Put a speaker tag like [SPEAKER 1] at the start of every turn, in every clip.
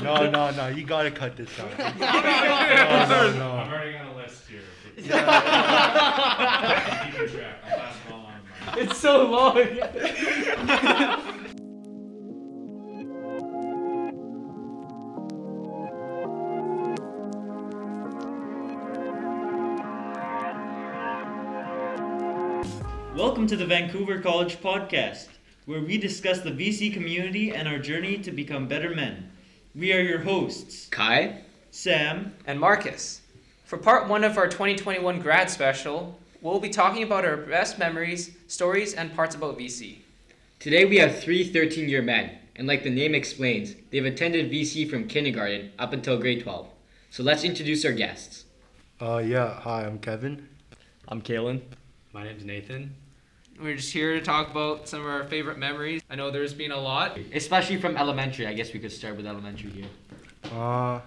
[SPEAKER 1] No, no, no. You gotta cut this out.
[SPEAKER 2] no,
[SPEAKER 3] I'm already on a list here. I'm keeping track. I'm passing it along to my-
[SPEAKER 2] It's so long.
[SPEAKER 4] Welcome to the Vancouver College Podcast, where we discuss the VC community and our journey to become better men. We are your hosts,
[SPEAKER 5] Kai?
[SPEAKER 4] Sam.
[SPEAKER 2] and Marcus. For part one of our 2021 grad special, we'll be talking about our best memories, stories, and parts about VC.
[SPEAKER 5] Today we have three 13 year men, and like the name explains, they've attended VC from kindergarten up until grade 12. So let's introduce our guests.
[SPEAKER 1] Uh, yeah. Hi, I'm Kevin.
[SPEAKER 6] I'm Kalen. My name's Nathan.
[SPEAKER 2] We're just here to talk about some of our favorite memories. I know there's been a lot.
[SPEAKER 5] Especially from elementary, I guess we could start with elementary here.
[SPEAKER 1] Uh,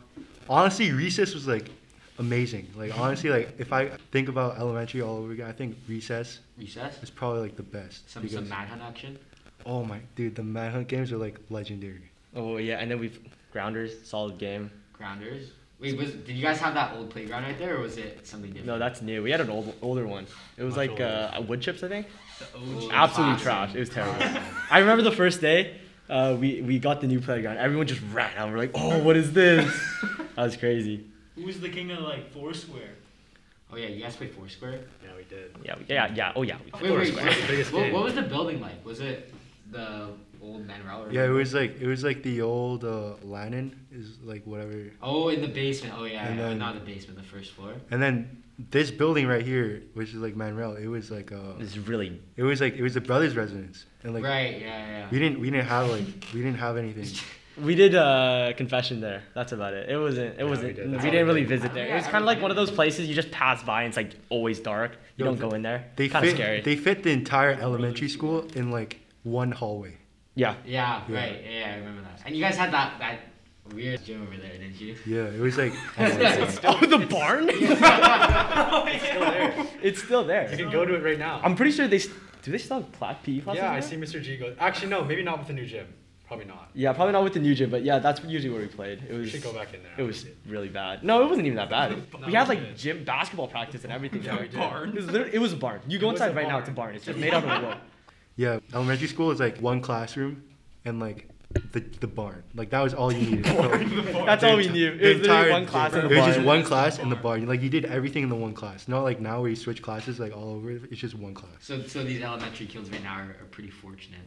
[SPEAKER 1] honestly, recess was like amazing. Like honestly, like if I think about elementary all over again, I think recess
[SPEAKER 5] Recess?
[SPEAKER 1] is probably like the best.
[SPEAKER 5] Some, some
[SPEAKER 1] because-
[SPEAKER 5] manhunt action?
[SPEAKER 1] oh my dude, the manhunt games are like legendary.
[SPEAKER 6] Oh yeah, and then we've Grounders, solid game.
[SPEAKER 5] Grounders? Wait, was, did you guys have that old playground right there, or was it something different?
[SPEAKER 6] No, that's new. We had an old, older one. It was
[SPEAKER 3] Much
[SPEAKER 6] like
[SPEAKER 3] older.
[SPEAKER 6] uh, wood chips, I think.
[SPEAKER 5] Oh, classic.
[SPEAKER 6] Absolutely trash. It was terrible. I remember the first day. Uh, we, we got the new playground. Everyone just ran out. We're like, oh, what is this? that was crazy.
[SPEAKER 4] Who's the king of like Foursquare?
[SPEAKER 5] Oh yeah, you guys played Foursquare?
[SPEAKER 3] Yeah, we did.
[SPEAKER 6] Yeah, we- yeah, yeah. Oh yeah.
[SPEAKER 5] Wait,
[SPEAKER 6] we-
[SPEAKER 5] wait,
[SPEAKER 6] Foursquare.
[SPEAKER 5] what,
[SPEAKER 3] biggest
[SPEAKER 5] what,
[SPEAKER 3] game.
[SPEAKER 5] what was the building like? Was it the old Manuel? Or
[SPEAKER 1] Yeah, it was like it was like the old uh, Lannon is like whatever.
[SPEAKER 5] Oh, in the basement. Oh yeah,
[SPEAKER 1] And
[SPEAKER 5] yeah,
[SPEAKER 1] then-
[SPEAKER 5] not the basement, the first floor.
[SPEAKER 1] And then this building right here, which is like Manrel, it was like uh,
[SPEAKER 6] This is really.
[SPEAKER 1] it was like it was the brothers' residence, and like
[SPEAKER 5] right. Yeah, yeah.
[SPEAKER 1] we didn't we didn't have like we didn't have anything.
[SPEAKER 6] We did uh, confession there. That's about it. It wasn't. It
[SPEAKER 3] we
[SPEAKER 6] wasn't.
[SPEAKER 3] did.
[SPEAKER 6] We,
[SPEAKER 3] That's all
[SPEAKER 6] didn't
[SPEAKER 3] we
[SPEAKER 6] really
[SPEAKER 3] did.
[SPEAKER 6] visit there.
[SPEAKER 5] Oh, Yeah,
[SPEAKER 6] it was
[SPEAKER 5] I
[SPEAKER 6] kind of like
[SPEAKER 5] remember
[SPEAKER 6] one of
[SPEAKER 5] that.
[SPEAKER 6] those places you just pass by and it's like always dark. You
[SPEAKER 1] Yo,
[SPEAKER 6] don't
[SPEAKER 1] th-
[SPEAKER 6] go in there.
[SPEAKER 1] They
[SPEAKER 6] kind of
[SPEAKER 1] fit
[SPEAKER 6] scary.
[SPEAKER 1] they fit the entire elementary school in like one hallway.
[SPEAKER 6] yeah.
[SPEAKER 5] Yeah,
[SPEAKER 1] Yeah.
[SPEAKER 5] right. Yeah, yeah, I remember that. And you guys had that that weird gym over there, didn't you?
[SPEAKER 1] Yeah, it was like
[SPEAKER 6] oh, the barn?
[SPEAKER 3] Oh,
[SPEAKER 6] it's still
[SPEAKER 3] You
[SPEAKER 6] there.
[SPEAKER 3] can go to it right now.
[SPEAKER 6] I'm pretty sure they. s- Do they still have plat PE classes?
[SPEAKER 3] yeah, I
[SPEAKER 6] there?
[SPEAKER 3] see Mr. G go. Actually, no, maybe not with the new gym. Probably not.
[SPEAKER 6] Yeah, probably not with the new gym, but yeah, that's usually where we played. It
[SPEAKER 3] We
[SPEAKER 6] was.
[SPEAKER 3] should go back in there.
[SPEAKER 6] It was really bad. No, it wasn't even that bad.
[SPEAKER 3] No,
[SPEAKER 6] we had
[SPEAKER 3] we
[SPEAKER 6] like
[SPEAKER 3] did.
[SPEAKER 6] gym basketball practice and everything.
[SPEAKER 3] Yeah, we did. Barn.
[SPEAKER 6] It was, literally, it was a barn. You go
[SPEAKER 3] It was a
[SPEAKER 6] inside right now,
[SPEAKER 3] barn.
[SPEAKER 6] it's a barn. It's just made out of wood.
[SPEAKER 1] yeah, elementary school is like one classroom and like the the barn. Like that was all you needed. So,
[SPEAKER 6] That's all we knew.
[SPEAKER 1] the
[SPEAKER 6] It was literally
[SPEAKER 1] entire-
[SPEAKER 6] one class in the
[SPEAKER 1] It was
[SPEAKER 6] barn.
[SPEAKER 1] just one class and the barn. Like you did everything in the one class. Not like now where you switch classes like all over. It's just one class.
[SPEAKER 5] So so these elementary kids right now are, are pretty fortunate.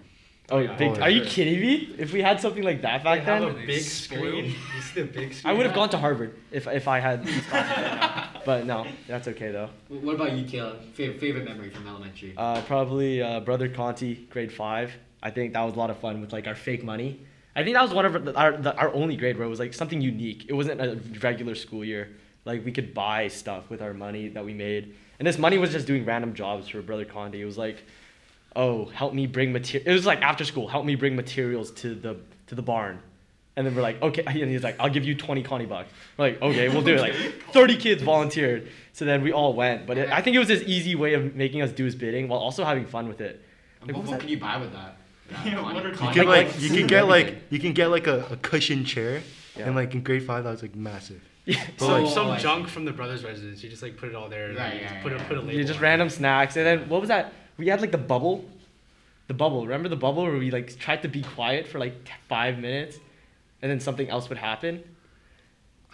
[SPEAKER 6] Oh,
[SPEAKER 3] Yeah.
[SPEAKER 6] big,
[SPEAKER 1] Oh,
[SPEAKER 6] are you
[SPEAKER 3] sure.
[SPEAKER 6] kidding me? If we had something like that
[SPEAKER 3] They
[SPEAKER 6] back
[SPEAKER 3] have a
[SPEAKER 6] then,
[SPEAKER 3] big screen. You see the big
[SPEAKER 6] I
[SPEAKER 3] screen?
[SPEAKER 6] would have gone to Harvard if, if I had these classes right now. But no, that's okay though.
[SPEAKER 5] Wh- What about you, Kayla? Favorite, favorite memory from elementary?
[SPEAKER 6] Uh, probably uh, Brother Conti, grade five. I think that was a lot of fun with like our fake money. I think that was one of our, our, the, our only grade where it was like something unique. It wasn't a regular school year. Like we could buy stuff with our money that we made, and this money was just doing random jobs for Brother Conti. It was like, oh, help me bring material. It was like after school, help me bring materials to the to the barn. And then we're like, okay, and he's like, I'll give you 20 Connie bucks. We're like, okay, we'll do it. Like 30 kids volunteered. So then we all went. But it, I think it was this easy way of making us do his bidding while also having fun with it.
[SPEAKER 5] And what what can you buy with that?
[SPEAKER 4] Yeah, what are- You
[SPEAKER 1] You
[SPEAKER 4] Like-
[SPEAKER 1] can like,
[SPEAKER 6] like
[SPEAKER 1] you can get like you can get like a, a cushion chair
[SPEAKER 6] Yeah.
[SPEAKER 1] and like in grade five that was like massive.
[SPEAKER 3] So,
[SPEAKER 5] Oh,
[SPEAKER 3] some
[SPEAKER 5] I see.
[SPEAKER 3] junk from the brothers' residence. You just like put it all there. and
[SPEAKER 5] Right,
[SPEAKER 3] then you
[SPEAKER 5] yeah,
[SPEAKER 3] just put, a,
[SPEAKER 5] yeah,
[SPEAKER 3] put a label.
[SPEAKER 6] Yeah, just
[SPEAKER 3] on it.
[SPEAKER 6] random snacks. And then what was that? We had like the bubble. The bubble. Remember the bubble where we like tried to be quiet for like t- five minutes and then something else would happen?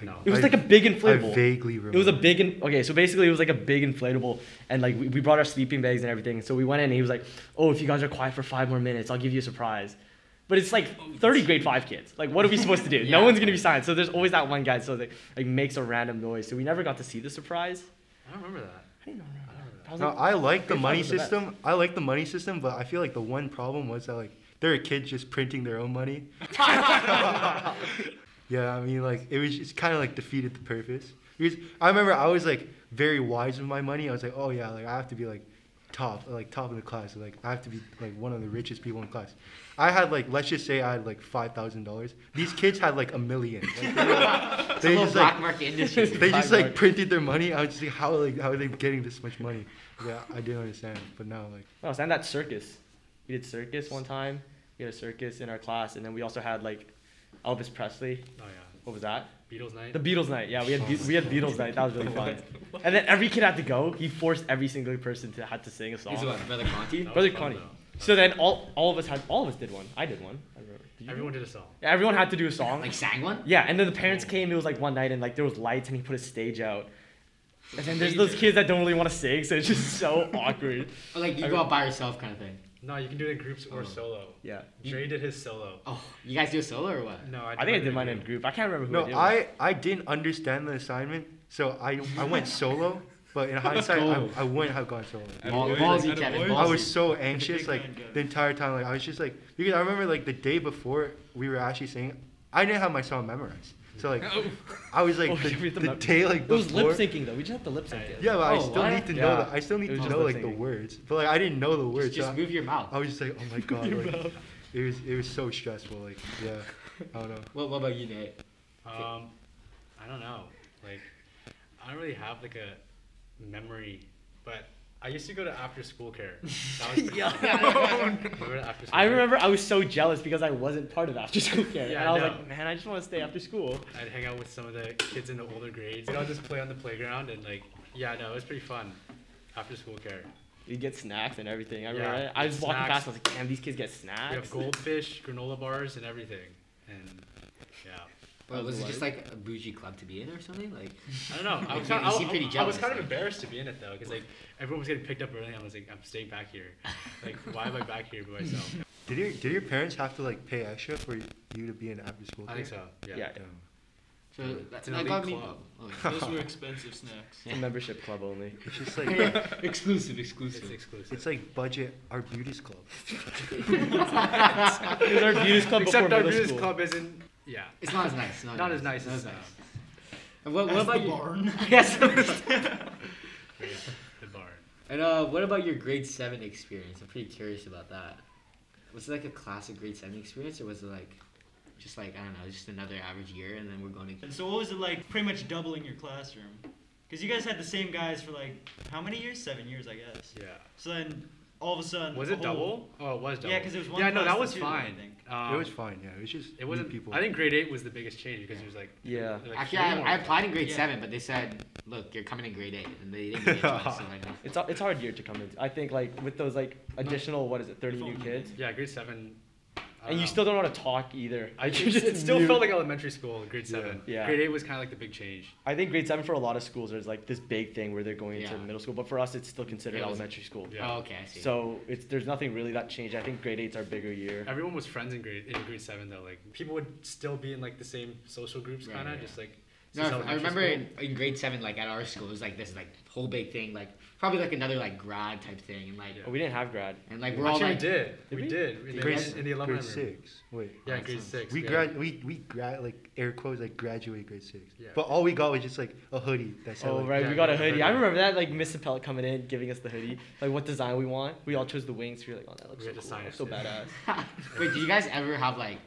[SPEAKER 1] I-
[SPEAKER 3] No.
[SPEAKER 6] It was
[SPEAKER 1] I-
[SPEAKER 6] like a big
[SPEAKER 1] I
[SPEAKER 6] inflatable.
[SPEAKER 1] vaguely remember.
[SPEAKER 6] It was a big and okay, so basically it was like a big inflatable, and like we, we brought our sleeping bags and everything. So we went in, and he was like, "Oh, if you guys are quiet for five more minutes, I'll give you a surprise." But it's like thirty grade five kids. Like, what are we supposed to do? No
[SPEAKER 5] Yeah.
[SPEAKER 6] one's gonna be silent. So there's always that one guy. So like, like makes a random noise. So we never got to see the surprise.
[SPEAKER 3] I don't remember that.
[SPEAKER 6] I didn't remember.
[SPEAKER 3] I don't remember
[SPEAKER 6] I was
[SPEAKER 1] No,
[SPEAKER 6] like,
[SPEAKER 1] I like the
[SPEAKER 6] Grade five
[SPEAKER 1] money
[SPEAKER 6] was the best.
[SPEAKER 1] system. I like the money system, but I feel like the one problem was that like there are kids just printing their own money. yeah, I mean like it was just kind of like defeated the purpose. Because I remember I was like very wise with my money. I was like, oh yeah, like I have to be like top, like top of the class. Like I have to be like one of the richest people in class. I had like let's just say I had like five thousand dollars. These kids had like a million. Like, they
[SPEAKER 5] It's a
[SPEAKER 1] they
[SPEAKER 5] little
[SPEAKER 1] just like
[SPEAKER 5] black market industry.
[SPEAKER 1] they just
[SPEAKER 6] Black
[SPEAKER 1] like
[SPEAKER 6] market.
[SPEAKER 1] printed their money. I was just like, how like how are they getting this much money? Yeah, I didn't understand. But now like
[SPEAKER 6] No, it's and that circus. We did circus one time. We had a circus in our class, and then we also had like Elvis Presley.
[SPEAKER 3] that. Oh yeah.
[SPEAKER 6] What was that?
[SPEAKER 3] Beatles night.
[SPEAKER 6] The Beatles night. Yeah, we had Be- we had Beatles night. That was really fun. And then every kid had to go. He forced every single person to had to sing a song.
[SPEAKER 5] He's what, Brother Conti?
[SPEAKER 3] That was
[SPEAKER 6] Brother
[SPEAKER 3] fun,
[SPEAKER 6] Connie.
[SPEAKER 3] though.
[SPEAKER 6] So then all all of us had all of us did one. I did one. I remember. Did you?
[SPEAKER 3] Everyone did a song.
[SPEAKER 6] Yeah, everyone had to do a song.
[SPEAKER 5] Like sang one?
[SPEAKER 6] Yeah, and then the parents came. It was like one night, and like there was lights, and he put a stage out. And then there's those kids that don't really want to sing, so it's just so awkward.
[SPEAKER 5] Or like you go out by yourself kind of thing.
[SPEAKER 3] No, you can do it in groups or solo.
[SPEAKER 6] Yeah.
[SPEAKER 3] Dre did his solo.
[SPEAKER 5] Oh, you guys do a solo or what?
[SPEAKER 3] No, I,
[SPEAKER 6] I think I did
[SPEAKER 3] in
[SPEAKER 6] mine
[SPEAKER 3] a
[SPEAKER 6] in
[SPEAKER 3] group.
[SPEAKER 6] group. I can't remember who
[SPEAKER 1] No,
[SPEAKER 6] did.
[SPEAKER 1] I, I didn't understand the assignment, so I, I went solo. But in hindsight, I, I wouldn't have gone solo.
[SPEAKER 5] Ball, ballsy, Kevin. Ballsy.
[SPEAKER 1] I was so anxious,
[SPEAKER 4] Big
[SPEAKER 1] like
[SPEAKER 4] man, Kevin.
[SPEAKER 1] the entire time. Like I was just like because I remember like the day before we were actually singing, I didn't have my song memorized. So like I was like
[SPEAKER 6] Oh, yeah, we
[SPEAKER 1] the,
[SPEAKER 6] had to
[SPEAKER 1] the
[SPEAKER 6] mem-
[SPEAKER 1] day like
[SPEAKER 6] It was
[SPEAKER 1] before.
[SPEAKER 6] lip syncing though. We just have to lip sync it.
[SPEAKER 1] Yeah, but I
[SPEAKER 5] Oh,
[SPEAKER 1] still
[SPEAKER 5] what?
[SPEAKER 1] need to
[SPEAKER 6] Yeah.
[SPEAKER 1] know. The, I still
[SPEAKER 6] It
[SPEAKER 1] need
[SPEAKER 6] was
[SPEAKER 1] to
[SPEAKER 6] just
[SPEAKER 1] know like the
[SPEAKER 6] lip-syncing.
[SPEAKER 1] words, but like I didn't know the words.
[SPEAKER 5] Just,
[SPEAKER 1] so
[SPEAKER 5] just
[SPEAKER 1] I-
[SPEAKER 5] move your mouth.
[SPEAKER 1] I was just like, oh my god, like, it was it was so stressful. Like yeah, I don't know.
[SPEAKER 5] What, what about you, Nate?
[SPEAKER 3] Um, I don't know. Like, I don't really have like a memory, but I used to go to after school care. That was yeah. remember the after school
[SPEAKER 6] I
[SPEAKER 3] care?
[SPEAKER 6] remember I was so jealous because I wasn't part of after school care.
[SPEAKER 3] Yeah,
[SPEAKER 6] and I was
[SPEAKER 3] I know.
[SPEAKER 6] like, man, I just want to stay after school.
[SPEAKER 3] I'd hang out with some of the kids in the older grades. We'd all just play on the playground and like, yeah, no, it was pretty fun. After school care.
[SPEAKER 6] You get snacks and everything. I
[SPEAKER 3] Yeah,
[SPEAKER 6] remember I I was walking
[SPEAKER 3] snacks.
[SPEAKER 6] past, I was like, damn, these kids get
[SPEAKER 3] We
[SPEAKER 6] snacks.
[SPEAKER 3] have goldfish, granola bars, and everything. And yeah,
[SPEAKER 5] Well, was it
[SPEAKER 6] what?
[SPEAKER 5] just like a bougie club to be in or something? Like,
[SPEAKER 3] I don't know. I
[SPEAKER 5] Like,
[SPEAKER 3] was
[SPEAKER 5] you-
[SPEAKER 3] kind
[SPEAKER 5] you
[SPEAKER 3] of, I,
[SPEAKER 5] seem pretty
[SPEAKER 3] I- I was
[SPEAKER 5] jealous,
[SPEAKER 3] kind of
[SPEAKER 5] like-
[SPEAKER 3] embarrassed to be in it though, because like everyone was getting picked up early. I was like, I'm staying back here. Like, why am I back here by myself?
[SPEAKER 1] Did your did your parents have to like pay extra for you to be in after school?
[SPEAKER 3] I
[SPEAKER 1] care?
[SPEAKER 3] think so.
[SPEAKER 6] yeah,
[SPEAKER 3] yeah.
[SPEAKER 6] yeah.
[SPEAKER 5] so that,
[SPEAKER 3] an
[SPEAKER 5] that
[SPEAKER 3] elite
[SPEAKER 5] got me.
[SPEAKER 3] club.
[SPEAKER 5] Oh,
[SPEAKER 4] Those were expensive snacks.
[SPEAKER 6] It's a membership club only.
[SPEAKER 1] It's just
[SPEAKER 5] yeah.
[SPEAKER 1] like
[SPEAKER 5] exclusive,
[SPEAKER 3] It's
[SPEAKER 5] exclusive.
[SPEAKER 3] exclusive.
[SPEAKER 1] it's like budget our beauties club.
[SPEAKER 6] It was our beauty club
[SPEAKER 3] Except
[SPEAKER 6] before
[SPEAKER 3] our
[SPEAKER 6] middle
[SPEAKER 3] Bruce
[SPEAKER 6] school.
[SPEAKER 3] club isn't. Yeah.
[SPEAKER 5] It's not as nice. Not,
[SPEAKER 3] Not as nice
[SPEAKER 5] Not
[SPEAKER 3] as
[SPEAKER 5] as
[SPEAKER 3] that.
[SPEAKER 5] nice. And what, what about your,
[SPEAKER 4] barn?
[SPEAKER 5] Yes.
[SPEAKER 3] Yeah, the barn.
[SPEAKER 5] and uh, what about your grade seven experience? I'm pretty curious about that. Was it like a classic grade seven experience, or was it like just like I don't know, just another average year, and then we're going to
[SPEAKER 4] And so what was it like pretty much doubling your classroom? Because you guys had the same guys for like how many years? Seven years, I guess.
[SPEAKER 3] Yeah.
[SPEAKER 4] So then all of a sudden.
[SPEAKER 3] Was
[SPEAKER 4] a
[SPEAKER 3] it
[SPEAKER 4] whole-
[SPEAKER 3] double? Oh, it was double.
[SPEAKER 4] Yeah, 'cause it was one
[SPEAKER 3] Yeah, no,
[SPEAKER 4] class
[SPEAKER 3] that
[SPEAKER 4] to
[SPEAKER 3] was
[SPEAKER 4] two, I
[SPEAKER 3] fine.
[SPEAKER 4] think.
[SPEAKER 3] Um,
[SPEAKER 1] It was fine. Yeah, it was just
[SPEAKER 3] It
[SPEAKER 1] new
[SPEAKER 3] wasn't.
[SPEAKER 1] people.
[SPEAKER 3] I think grade eight was the biggest change because it was like.
[SPEAKER 6] Yeah.
[SPEAKER 3] like,
[SPEAKER 5] Actually,
[SPEAKER 3] three
[SPEAKER 5] I,
[SPEAKER 3] more.
[SPEAKER 5] I applied in grade
[SPEAKER 4] Yeah.
[SPEAKER 5] seven, but they said, "Look, you're coming in grade eight, and they didn't get you. in, so like,
[SPEAKER 6] It's a, it's a hard year to come into. I think like with those like additional what is it, thirty new kids,
[SPEAKER 3] Yeah, grade seven. I don't
[SPEAKER 6] and you
[SPEAKER 3] know.
[SPEAKER 6] still don't want to talk either.
[SPEAKER 3] I
[SPEAKER 6] You're
[SPEAKER 3] just, it still
[SPEAKER 6] new.
[SPEAKER 3] felt like elementary school. Grade seven.
[SPEAKER 6] Yeah.
[SPEAKER 3] Grade eight was kind of like the big change.
[SPEAKER 6] I think grade seven for a lot of schools is like this big thing where they're going into
[SPEAKER 5] Yeah.
[SPEAKER 6] middle school, but for us it's still considered
[SPEAKER 5] It was-
[SPEAKER 6] elementary school.
[SPEAKER 3] Yeah.
[SPEAKER 5] oh, okay, I see.
[SPEAKER 6] So it's there's nothing really that changed. I think grade eight's our bigger year.
[SPEAKER 3] Everyone was friends in grade in grade seven though. Like people would still be in like the same social groups,
[SPEAKER 5] Right,
[SPEAKER 3] kind of
[SPEAKER 5] yeah.
[SPEAKER 3] just like.
[SPEAKER 5] No,
[SPEAKER 3] since
[SPEAKER 5] I
[SPEAKER 3] elementary
[SPEAKER 5] remember
[SPEAKER 3] school.
[SPEAKER 5] in, in grade seven, like at our school, it was like this like whole big thing, like probably like another like grad type thing, and like
[SPEAKER 3] Yeah.
[SPEAKER 6] But we didn't have grade.
[SPEAKER 5] and like we're
[SPEAKER 3] Actually,
[SPEAKER 5] all like
[SPEAKER 3] we did.
[SPEAKER 6] Did
[SPEAKER 3] We
[SPEAKER 6] we?
[SPEAKER 3] did. In the,
[SPEAKER 1] grade,
[SPEAKER 5] s-
[SPEAKER 3] in the alumni
[SPEAKER 1] grade
[SPEAKER 3] room.
[SPEAKER 1] six. Wait.
[SPEAKER 3] Yeah, in grade six.
[SPEAKER 1] We
[SPEAKER 3] yeah.
[SPEAKER 1] grad we we grad like air quotes like graduate grade six.
[SPEAKER 3] Yeah.
[SPEAKER 1] But all we got was just like a hoodie that said
[SPEAKER 6] Oh
[SPEAKER 1] like,
[SPEAKER 6] right,
[SPEAKER 3] yeah,
[SPEAKER 6] we got a
[SPEAKER 3] yeah,
[SPEAKER 6] hoodie.
[SPEAKER 3] hoodie.
[SPEAKER 6] I remember that like Miss Appellate coming in, giving us the hoodie, like what design we want. We all chose the wings. We were like, oh that looks
[SPEAKER 3] We
[SPEAKER 6] so,
[SPEAKER 3] had to
[SPEAKER 6] cool.
[SPEAKER 3] sign it,
[SPEAKER 6] so
[SPEAKER 3] yeah.
[SPEAKER 6] badass.
[SPEAKER 5] Wait, do you guys ever have like,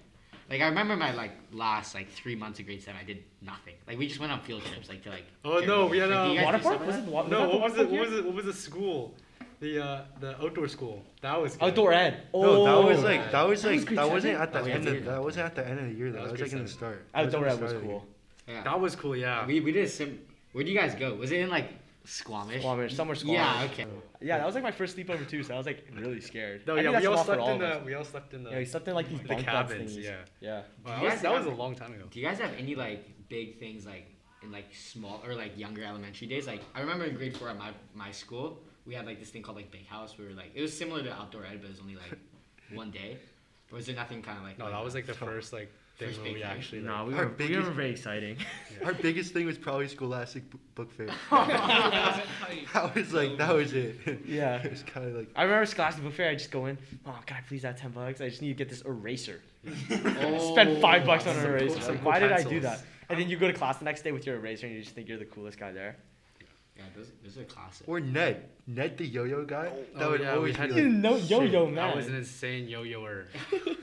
[SPEAKER 5] like I remember my like last like three months of grade seven, I did nothing. Like we just went on field trips, like to like.
[SPEAKER 3] Oh,
[SPEAKER 5] different
[SPEAKER 3] no,
[SPEAKER 5] places.
[SPEAKER 3] we had,
[SPEAKER 5] Like, do you
[SPEAKER 3] uh,
[SPEAKER 5] guys
[SPEAKER 6] Water
[SPEAKER 5] do
[SPEAKER 6] park?
[SPEAKER 5] stuff
[SPEAKER 6] Was
[SPEAKER 5] like
[SPEAKER 6] it
[SPEAKER 5] that?
[SPEAKER 6] wa- Oh, was
[SPEAKER 3] No,
[SPEAKER 6] that the
[SPEAKER 3] what was it?
[SPEAKER 6] water park
[SPEAKER 3] What
[SPEAKER 6] year?
[SPEAKER 3] was it? What was the school? The uh, the outdoor school. That was good.
[SPEAKER 6] Outdoor ed.
[SPEAKER 1] No,
[SPEAKER 6] Oh,
[SPEAKER 1] that was like that
[SPEAKER 3] Oh.
[SPEAKER 1] was
[SPEAKER 6] That was
[SPEAKER 1] like
[SPEAKER 6] grade
[SPEAKER 1] that wasn't
[SPEAKER 6] seven?
[SPEAKER 1] at the
[SPEAKER 5] Oh, yeah,
[SPEAKER 1] end
[SPEAKER 5] dude.
[SPEAKER 1] of that wasn't at the end of the year though.
[SPEAKER 3] That
[SPEAKER 1] That
[SPEAKER 3] was
[SPEAKER 1] was
[SPEAKER 3] grade
[SPEAKER 1] like in the
[SPEAKER 3] seven.
[SPEAKER 1] start. That was
[SPEAKER 6] outdoor
[SPEAKER 1] when we
[SPEAKER 6] ed was
[SPEAKER 1] started.
[SPEAKER 6] cool.
[SPEAKER 5] Yeah.
[SPEAKER 3] That was cool. Yeah.
[SPEAKER 5] we we did some. Where do you guys go? Was it in like Squamish?
[SPEAKER 6] Squamish, somewhere Squamish.
[SPEAKER 5] Yeah. Okay.
[SPEAKER 6] Yeah, that was like my first sleepover too, so I was like really scared.
[SPEAKER 3] no,
[SPEAKER 6] I think
[SPEAKER 3] yeah,
[SPEAKER 6] that's
[SPEAKER 3] we all
[SPEAKER 6] normal for
[SPEAKER 3] slept in
[SPEAKER 6] of
[SPEAKER 3] the.
[SPEAKER 6] us.
[SPEAKER 3] We all slept in the.
[SPEAKER 6] Yeah, we slept in like these
[SPEAKER 3] the
[SPEAKER 6] bunk beds
[SPEAKER 3] cabins,
[SPEAKER 6] thingies.
[SPEAKER 3] yeah.
[SPEAKER 6] Yeah.
[SPEAKER 3] Wow, that,
[SPEAKER 5] You
[SPEAKER 3] was,
[SPEAKER 5] guys
[SPEAKER 3] that was a
[SPEAKER 5] have-
[SPEAKER 3] long time ago.
[SPEAKER 5] Do you guys have any like big things like in like small or like younger elementary days? Like I remember in grade four at my my school, we had like this thing called like big house. where like it was similar to outdoor ed, but it was only like one day. Or was there nothing kind of like?
[SPEAKER 3] No, that was like the first like thing
[SPEAKER 5] First
[SPEAKER 3] where
[SPEAKER 5] big
[SPEAKER 3] we
[SPEAKER 5] thing.
[SPEAKER 3] actually. Like,
[SPEAKER 6] we
[SPEAKER 1] Our were- we biggest- were
[SPEAKER 6] very exciting.
[SPEAKER 1] Our biggest thing was probably Scholastic B- Book Fair. that was like that was it.
[SPEAKER 6] Yeah.
[SPEAKER 1] it was kind of like
[SPEAKER 6] I remember Scholastic Book Fair, I just go in, oh, can I please have 10 bucks? I just need to get this eraser.
[SPEAKER 5] Oh,
[SPEAKER 6] Spend five bucks on
[SPEAKER 3] some
[SPEAKER 6] an
[SPEAKER 3] cool-
[SPEAKER 6] eraser.
[SPEAKER 3] some
[SPEAKER 6] Like,
[SPEAKER 3] cool
[SPEAKER 6] why did I do
[SPEAKER 3] pencils.
[SPEAKER 6] that? And then you go to class the next day with your eraser and you just think you're the coolest guy there.
[SPEAKER 5] Yeah, those, those are classic.
[SPEAKER 1] or Ned, Ned the yo-yo guy. That
[SPEAKER 3] Oh,
[SPEAKER 1] would
[SPEAKER 3] yeah, we
[SPEAKER 1] always
[SPEAKER 3] had
[SPEAKER 1] be
[SPEAKER 3] to-
[SPEAKER 1] like,
[SPEAKER 6] No yo yo
[SPEAKER 3] Shit, That was an
[SPEAKER 6] Oh, man.
[SPEAKER 3] insane yo-yoer.